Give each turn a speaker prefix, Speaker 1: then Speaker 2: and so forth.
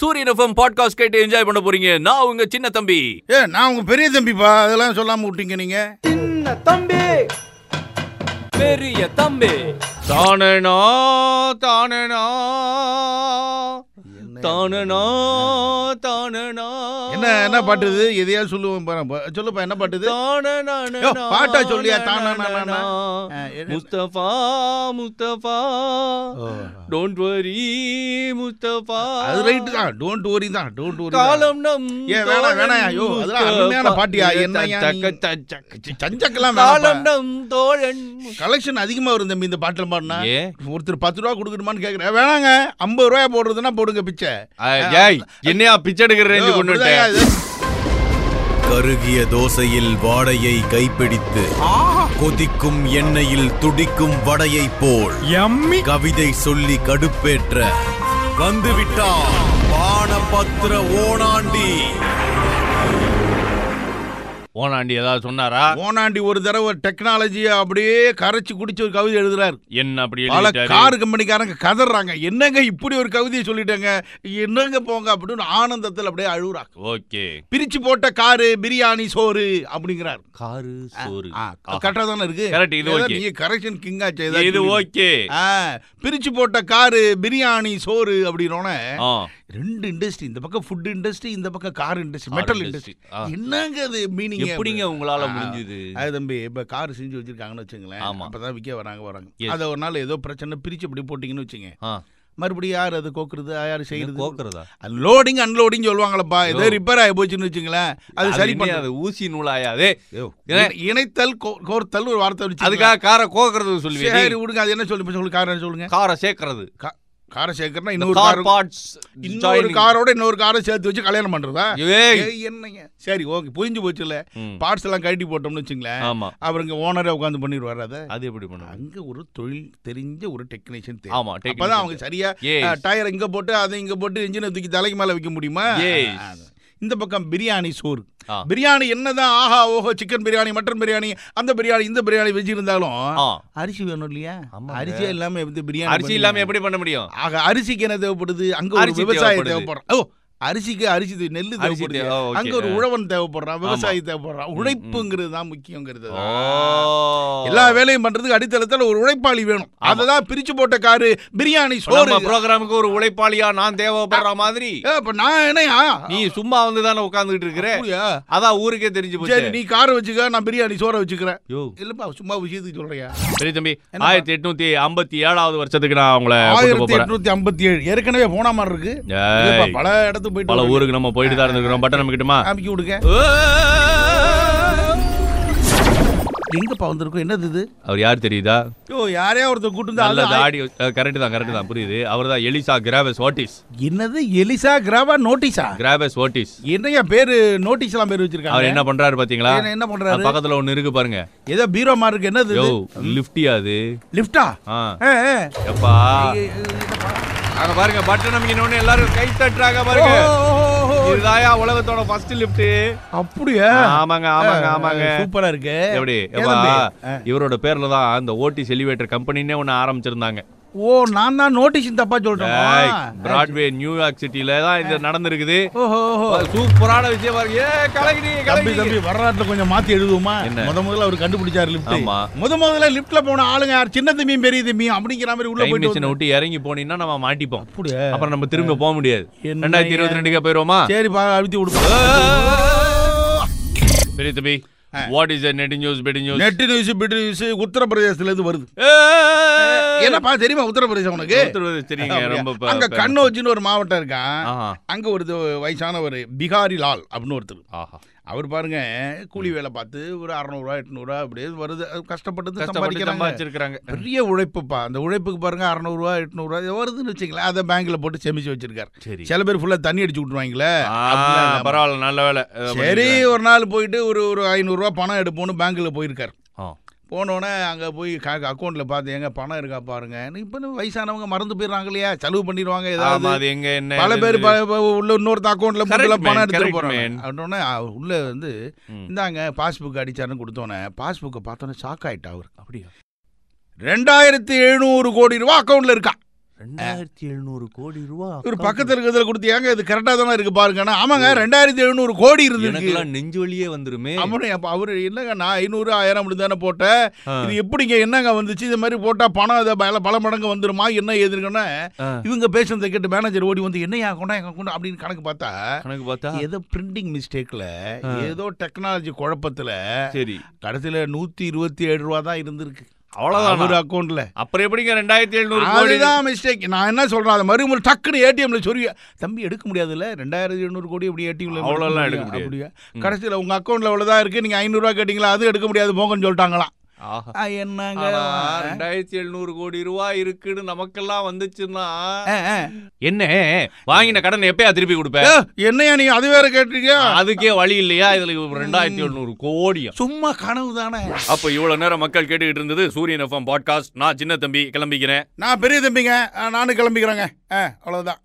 Speaker 1: சூரியன் FM podcast கேட்டு enjoy பண்ண போறீங்க நான் உங்க சின்ன தம்பி
Speaker 2: ஏ நான் உங்க பெரிய தம்பிப்பா அதெல்லாம் சொல்லாம விட்டீங்க நீங்க
Speaker 3: சின்ன தம்பி பெரிய தம்பி
Speaker 1: தானேனா தானேனா தானேனா தானேனா
Speaker 2: என்ன என்ன பாட்டு இது எதையாவது சொல்லுவோம் பாரு. பா- சொல்லுப்பா என்ன பாட்டு இது யோ, பாட்டா சொல்லியா தானா நானா? ஆ, என்ன-
Speaker 1: Mustafa Mustafa
Speaker 2: oh.
Speaker 1: Don't worry Mustafa
Speaker 2: அது ரைட்டு தான் டோன்ட் ஓரி தான் டோன்ட் ஓரி
Speaker 1: காலம் நம்
Speaker 2: ஏன் வேணாம், வேணாம், ஐயோ, அதெல்லாம் அருமையான பாட்டியா, என்னையா நீ? சஞ்சக்கெல்லாம்
Speaker 1: காலம்
Speaker 2: வேணாம்ப்பா.
Speaker 1: நம் தோழன்
Speaker 2: கலெக்ஷன் அதிகமா வரும் தம்பி இந்த பாட்டுல பாடினா
Speaker 1: ஏ
Speaker 2: ஒருத்தர் பத்து ரூபா கொடுக்கணுமான்னு கேக்குறேன் வேணாங்க ஐம்பது ரூபாய் போடுறதுன்னா போடுங்க பிச்சை
Speaker 1: ஏய் என்னையா பிச்சை எடுக்கிற ரேஞ்சு கொண்டு
Speaker 2: அப்படிதான்
Speaker 1: விட்டேன்
Speaker 2: இது.
Speaker 4: கருகிய தோசையில் வாடையை கைப்பிடித்து கொதிக்கும் எண்ணெயில் துடிக்கும் வடையைப் போல் கவிதை சொல்லி கடுப்பேற்ற வந்துவிட்டான் பானபத்திர ஓணாண்டி
Speaker 1: ஓனாண்டி ஏதாவது சொன்னாரா
Speaker 2: ஓனாண்டி ஒரு தடவை டெக்னாலஜியை அப்படியே கரைச்சு குடிச்சு ஒரு கவிதை எழுதுறாரு
Speaker 1: என்ன அப்படி
Speaker 2: பல
Speaker 1: எழுதிட்டாரு?
Speaker 2: கார் கம்பெனிக்காரங்க கதறாங்க என்னங்க இப்படி ஒரு கவிதையை சொல்லிட்டாங்க என்னங்க போங்க அப்படின்னு ஆனந்தத்தில் அப்படியே அழுகுறாங்க
Speaker 1: ஓகே
Speaker 2: பிரிச்சு போட்ட காரு பிரியாணி சோறு அப்படிங்கிறார்
Speaker 1: காரு சோறு
Speaker 2: ஆ,
Speaker 1: ஆஹா.
Speaker 2: கரெக்டா தானே இருக்கு
Speaker 1: Correct, இது
Speaker 2: ஏதோ
Speaker 1: okay.
Speaker 2: நீங்க கரெக்ஷன் கிங்கா
Speaker 1: இது ஓகே
Speaker 2: பிரிச்சு போட்ட காரு பிரியாணி சோறு அப்படின்னோடனே
Speaker 1: ஆ
Speaker 2: ரெண்டு இண்டஸ்ட்ரி இந்த பக்கம் ஃபுட் இண்டஸ்ட்ரி இந்த பக்கம் car industry
Speaker 1: Car
Speaker 2: metal
Speaker 1: industry.
Speaker 2: Industry
Speaker 1: ஆ.
Speaker 2: என்னங்க அது மீனிங்
Speaker 1: எப்படிங்க உங்களால முடிஞ்சது
Speaker 2: அது தம்பி இப்ப கார் செஞ்சு வச்சிருக்காங்கன்னு வச்சுங்களேன்
Speaker 1: ஆமா.
Speaker 2: அப்பதான் விற்க வராங்க வராங்க
Speaker 1: Yes.
Speaker 2: அத ஒரு நாள் ஏதோ பிரச்சனை பிரிச்சு இப்படி போட்டீங்கன்னு வச்சுங்க
Speaker 1: ஆ
Speaker 2: மறுபடியும் யார் அது கோக்குறது யார் செய்யறது
Speaker 1: கோக்குறதா
Speaker 2: லோடிங் அன்லோடிங் சொல்லுவாங்களப்பா ஏதோ
Speaker 1: ஓ.
Speaker 2: ரிப்பேர் ஆகி போச்சுன்னு வச்சுங்களேன் அது
Speaker 1: அது
Speaker 2: சரி
Speaker 1: என்ன,
Speaker 2: பண்ண
Speaker 1: அது ஊசி நூலாயாதே
Speaker 2: இணை- இணைத்தல் கோ- கோர்த்தல் ஒரு வார்த்தை வச்சு
Speaker 1: அதுக்காக காரை கோக்குறது சொல்லுவீங்க
Speaker 2: சரி விடுங்க அது என்ன சொல்லி சொல்லு காரை சொல்லுங்க
Speaker 1: காரை சேர்க்கறது
Speaker 2: கா- காரை சேர்க்கறனா இன்னொரு
Speaker 1: கார்
Speaker 2: கார்
Speaker 1: பார்ட்ஸ்
Speaker 2: இன்னொரு காரோட இன்னொரு காரை சேர்த்து வச்சு கல்யாணம் பண்றதா
Speaker 1: ஏய்
Speaker 2: ஏய், என்னங்க சரி ஓகே புரிஞ்சு போச்சுல
Speaker 1: ம்,
Speaker 2: பார்ட்ஸ் எல்லாம் கழட்டி போட்டோம்னு வச்சுங்களேன்
Speaker 1: ஆமா
Speaker 2: அவர் இங்க ஓனரே உட்காந்து பண்ணிடுவாரு அதை
Speaker 1: அது எப்படி பண்ணுவாங்க
Speaker 2: அங்க ஒரு தொழில் தெரிஞ்ச ஒரு டெக்னீஷியன் தேவை
Speaker 1: ஆமா
Speaker 2: அப்பதான் அவங்க சரியா
Speaker 1: Yes.
Speaker 2: டயர் இங்க போட்டு அதை இங்க போட்டு இன்ஜினை தூக்கி தலைக்கு மேல வைக்க முடியுமா
Speaker 1: Yes.
Speaker 2: ஆ, அது. இந்த பக்கம் பிரியாணி சோறு
Speaker 1: ஆ.
Speaker 2: பிரியாணி என்னதான் ஆஹா ஓஹோ சிக்கன் பிரியாணி மட்டன் பிரியாணி அந்த பிரியாணி இந்த பிரியாணி வச்சு இருந்தாலும்
Speaker 1: ஆ,
Speaker 2: அரிசி வேணும் இல்லையா
Speaker 1: ஆமாங்க.
Speaker 2: அரிசியே இல்லாம எப்படி பிரியாணி
Speaker 1: அரிசி
Speaker 2: பண்ணுவீங்க?
Speaker 1: இல்லாம எப்படி பண்ண முடியும்
Speaker 2: ஆக அரிசிக்கு என்ன தேவைப்படுது அங்க ஒரு
Speaker 1: அரிசி
Speaker 2: விவசாயம்
Speaker 1: தேவைப்படுது.
Speaker 2: தேவைப்படுறான் ஓ அரிசிக்கு அரிசி தே- நெல்லு
Speaker 1: அரிசி
Speaker 2: தேவைப்படுது
Speaker 1: தேவை, ஓ, okay.
Speaker 2: அங்க ஒரு
Speaker 1: ஆ.
Speaker 2: உழவன் தேவைப்படுறான் விவசாயி தேவைப்படுறான்
Speaker 1: ம்.
Speaker 2: உழைப்புங்கிறது தான் முக்கியங்கிறது
Speaker 1: ஓ.
Speaker 2: எல்லா வேலையும் பண்றதுக்கு அடித்தளத்துல ஒரு உழைப்பாளி வேணும்
Speaker 1: ஆமா.
Speaker 2: அததான் பிரிச்சு போட்ட காரு பிரியாணி
Speaker 1: நம்ம
Speaker 2: சோறு
Speaker 1: ப்ரோக்ராமுக்கு ஒரு உழைப்பாளியா நான் தேவைப்படுற மாதிரி
Speaker 2: ஏ, இப்ப நான் என்னையா
Speaker 1: நீ சும்மா வந்து தானே உட்கார்ந்துட்டு இருக்கிற
Speaker 2: அப்படியா?
Speaker 1: அதான் ஊருக்கே தெரிஞ்சு
Speaker 2: சரி
Speaker 1: போச்சு
Speaker 2: நீ காரை வச்சுக்க நான் பிரியாணி சோற வச்சுக்கிறேன்
Speaker 1: யோ
Speaker 2: இல்லப்பா சும்மா விஷயத்துக்கு சொல்றியா
Speaker 1: சரி தம்பி
Speaker 2: என்னப்பா?
Speaker 1: ஆயிரத்தி எட்நூத்தி ஐம்பத்தி ஏழாவது வருஷத்துக்கு நான் உங்களை கூட்டு
Speaker 2: ஆயிரத்தி
Speaker 1: போறேன்
Speaker 2: எட்நூத்தி ஐம்பத்தி ஏழு ஏற்கனவே போன மாதிரி இருக்கு
Speaker 1: ஏய்.
Speaker 2: இல்லப்பா, பல இடத்துக்கு போயிட்டு
Speaker 1: பல
Speaker 2: வரோம்.
Speaker 1: ஊருக்கு நம்ம போயிட்டு தான் இருந்திருக்கிறோம் பட்டன் நம்பிக்கிட்டுமா
Speaker 2: காமிக்க விடுங்க எங்கப்பா வந்திருக்கோம் என்னது இது
Speaker 1: அவர் யார் தெரியுதா
Speaker 2: யோ யாரையா ஒருத்தர் கூட்டு வந்து
Speaker 1: நல்ல
Speaker 2: அது-
Speaker 1: தாடி கரெக்ட் தான் கரெக்ட் தான் புரியுது அவர் தான் எலிசா கிராவஸ் ஓட்டிஸ்
Speaker 2: என்னது எலிசா கிராவா நோட்டீஸா
Speaker 1: கிராவஸ் ஓட்டிஸ்
Speaker 2: என்னையா பேரு நோட்டீஸ் எல்லாம் பேர் வச்சிருக்காங்க
Speaker 1: அவர் என்ன பண்றாரு பாத்தீங்களா
Speaker 2: என்ன- என்ன பண்றாரு?
Speaker 1: அது பக்கத்துல ஒண்ணு இருக்கு பாருங்க
Speaker 2: ஏதோ பீரோ மாதிரி இருக்கு என்னது
Speaker 1: யோ லிஃப்டியா அது
Speaker 2: லிப்டா
Speaker 1: ஆ எப்பா அங்க பாருங்க பட்டன் நம்பிக்கின உடனே எல்லாரும் கை தட்டுறாங்க பாருங்க இதுதாயா உலகத்தோட ஃபர்ஸ்ட் லிஃப்ட்
Speaker 2: அப்படியா
Speaker 1: ஆமாங்க ஆமாங்க ஆமாங்க
Speaker 2: சூப்பரா இருக்கு
Speaker 1: எப்படி
Speaker 2: ஏன்
Speaker 1: எப்பா
Speaker 2: தம்பி? ஆ.
Speaker 1: இவரோட பேர்ல தான் அந்த ஓட்டிஸ் எலிவேட்டர் கம்பெனினே ஒண்ணு ஆரம்பிச்சிருந்தாங்க
Speaker 2: ஓ நான் தான் நோட்டீஸ் தப்பா சொல்றேன்
Speaker 1: டேய், பிராட்வே நியூயார்க் சிட்டில தான் இது நடந்திருக்குது
Speaker 2: ஓஹோ ஓஹோ.
Speaker 1: சூப்பரான விஷயம் பாருங்க ஏ கலகிடி
Speaker 2: தம்பி
Speaker 1: கலகிடி
Speaker 2: தம்பி வரலாற்றுல கொஞ்சம் மாத்தி எழுதுவோமா
Speaker 1: என்ன?
Speaker 2: முத முதல்ல அவர் கண்டுபிடிச்சாரு லிப்ட்
Speaker 1: ஆமா.
Speaker 2: முத முதல்ல லிப்ட்ல போன ஆளுங்க யார் சின்ன தம்பியும் பெரிய தம்பியும் அப்படிங்கிற மாதிரி உள்ள
Speaker 1: டைம்
Speaker 2: போயிட்டு
Speaker 1: மிஷினை
Speaker 2: வந்து-
Speaker 1: விட்டு இறங்கி போனீங்கன்னா நம்ம மாட்டிப்போம்
Speaker 2: அப்படியா?
Speaker 1: அப்புறம் நம்ம திரும்ப போக முடியாது
Speaker 2: என்ன
Speaker 1: ரெண்டாயிரத்தி இருபத்தி ரெண்டுக்கே போயிருவோமா
Speaker 2: சரிப்பா அழுத்தி விடுப்பா
Speaker 1: பெரிய தம்பி what is net news bet news
Speaker 2: net news bit news உத்தரப்பிரதேசத்துல இருந்து வருது என்னப்பா தெரியுமா உத்தரப்பிரதேசம் உனக்கு
Speaker 1: தெரியுங்க
Speaker 2: அப்படியா?
Speaker 1: ரொம்ப ப-
Speaker 2: அங்க
Speaker 1: ப-
Speaker 2: கண்ணோஜின்னு ஒரு மாவட்டம் இருக்கான்
Speaker 1: ஆஹா.
Speaker 2: அங்க ஒரு து- வயசானவர் பிகாரி லால் அப்படின்னு ஒருத்தர்
Speaker 1: ஆஹா.
Speaker 2: அவர் பாருங்க கூலி வேலை பார்த்து ஒரு அறநூறுவா எட்நூறுவா அப்படியே வருது அது கஷ்டப்பட்டு
Speaker 1: கஷ்டப்பட்டு
Speaker 2: சம்பாதிக்கிறாங்க
Speaker 1: சம்பாதிச்சிருக்காங்க
Speaker 2: பெரிய உழைப்புப்பா அந்த உழைப்புக்கு பாருங்க அறநூறுவா எட்நூறுவா இது வருதுன்னு வச்சுங்களேன் அதை பேங்க்ல போட்டு சேமிச்சு வச்சிருக்காரு
Speaker 1: சரி
Speaker 2: சில பேர் ஃபுல்லா தண்ணி அடிச்சு விட்டுருவாங்களே
Speaker 1: ஆ,
Speaker 2: அப்படிலாம் இல்லாம.
Speaker 1: பரவாயில்ல நல்ல வேலை அஹ்,
Speaker 2: சரி
Speaker 1: பண்ணிருக்காங்க.
Speaker 2: ஒரு நாள் போயிட்டு ஒரு ஒரு ஐநூறுரூவா பணம் எடுப்போம்னு பேங்க்ல போயிருக்காரு
Speaker 1: ஆ.
Speaker 2: போனோடனே அங்கே போய் அக்கௌண்ட்டில் பார்த்து எங்க பணம் இருக்கா பாருங்க இப்போ வயசானவங்க மறந்து போயிடுறாங்க இல்லையா செலவு பண்ணிடுவாங்க
Speaker 1: ஆமா
Speaker 2: ஏதாவது
Speaker 1: அது எங்க என்ன
Speaker 2: பல
Speaker 1: இது
Speaker 2: பேர்
Speaker 1: இது?
Speaker 2: ப- ப- உள்ள இன்னொருத்த அக்கௌண்ட்ல
Speaker 1: Correct
Speaker 2: புக்கில்
Speaker 1: man,
Speaker 2: பணம் எடுத்துட்டு
Speaker 1: correct
Speaker 2: போறாங்க
Speaker 1: man.
Speaker 2: அப்படின்னே அவர் உள்ள வந்து
Speaker 1: ம்.
Speaker 2: இந்தாங்க பாஸ்புக் அடிச்சாருன்னு கொடுத்தோன்னே பாஸ்புக்கை பார்த்தோன்னே ஷாக் ஆயிட்டா அவர்
Speaker 1: அப்படியா
Speaker 2: ரெண்டாயிரத்தி எழுநூறு கோடி ரூபா அக்கௌண்ட்ல இருக்கா
Speaker 3: ரெண்டாயிரத்தி எழுநூறு கோடி ரூபா
Speaker 2: ஒரு பக்கத்துல இருக்கிறதுல கொடுத்தியாங்க இது கரெக்டா தானே இருக்கு பாருங்கன்னா ஆமாங்க ரெண்டாயிரத்தி எழுநூறு கோடி இருந்துருக்கு
Speaker 1: எனக்கெல்லாம் நெஞ்சு வலியே வந்துருமே
Speaker 2: அவரு அப்ப அவரு என்னங்க நான் ஐநூறு ஆயிரம் அப்படி தானே போட்டேன் இது எப்படிங்க என்னங்க வந்துச்சு இது மாதிரி போட்டா பணம் இதை பல பல மடங்கு வந்துருமா என்ன எதுக்குன்னா
Speaker 1: ஆ.
Speaker 2: இவங்க பேசுனதை கேட்டு மேனேஜர் ஓடி வந்து என்னையா கொண்டா எங்க கொண்டா அப்படின்னு கணக்கு பார்த்தா
Speaker 1: கணக்கு பார்த்தா
Speaker 2: ஏதோ பிரிண்டிங் மிஸ்டேக்ல ஏதோ டெக்னாலஜி குழப்பத்துல
Speaker 1: சரி
Speaker 2: கடைசியில நூத்தி இருபத்தி ஏழு ரூபா தான் இருந்திருக்கு
Speaker 1: அவ்வளவுதான்
Speaker 2: ஒரு அக்கௌண்ட்ல
Speaker 1: அப்புறம் எப்படிங்க ரெண்டாயிரத்தி எழுநூறு கோடி
Speaker 2: அதுதான் மிஸ்டேக் நான் என்ன சொல்றேன் அது மறுமுறை டக்குனு ஏடிஎம்ல சொரிய தம்பி எடுக்க முடியாதுல்ல ரெண்டாயிரத்தி எழுநூறு கோடி இப்படி ஏடிஎம்ல
Speaker 1: அவ்வளோலாம் எடுக்க முடியாது.
Speaker 2: கடைசியில் உங்க அக்கௌண்ட்ல அவ்வளோதான் இருக்கு நீங்க ஐநூறுரூவா கேட்டிங்களா அது எடுக்க முடியாது போங்கன்னு சொல்லிட்டாங்களாம்
Speaker 1: ஆஹா
Speaker 2: ஆ, என்னங்க
Speaker 1: ஆனா ரெண்டாயிரத்தி எழுநூறு கோடி ரூபாய் இருக்குன்னு நமக்கெல்லாம் வந்துச்சுன்னா
Speaker 2: ஆ, ஆ.
Speaker 1: என்ன வாங்கின கடன் எப்பயா திருப்பி கொடுப்பேன்
Speaker 2: ஏ, என்னையா நீ அது வேற கேட்டீங்க
Speaker 1: அதுக்கே வழி இல்லையா இதுல ரெண்டாயிரத்தி எழுநூறு கோடியா
Speaker 2: சும்மா கனவு தானே
Speaker 1: அப்ப இவ்வளவு நேரம் மக்கள் கேட்டுக்கிட்டு இருந்தது சூரியன் எஃப்எம் பாட்காஸ்ட் நான் சின்ன தம்பி கிளம்பிக்கிறேன்
Speaker 2: நான் பெரிய தம்பிங்க ஆ, நானும் கிளம்பிக்கிறேங்க ஆ, அவ்வளவுதான்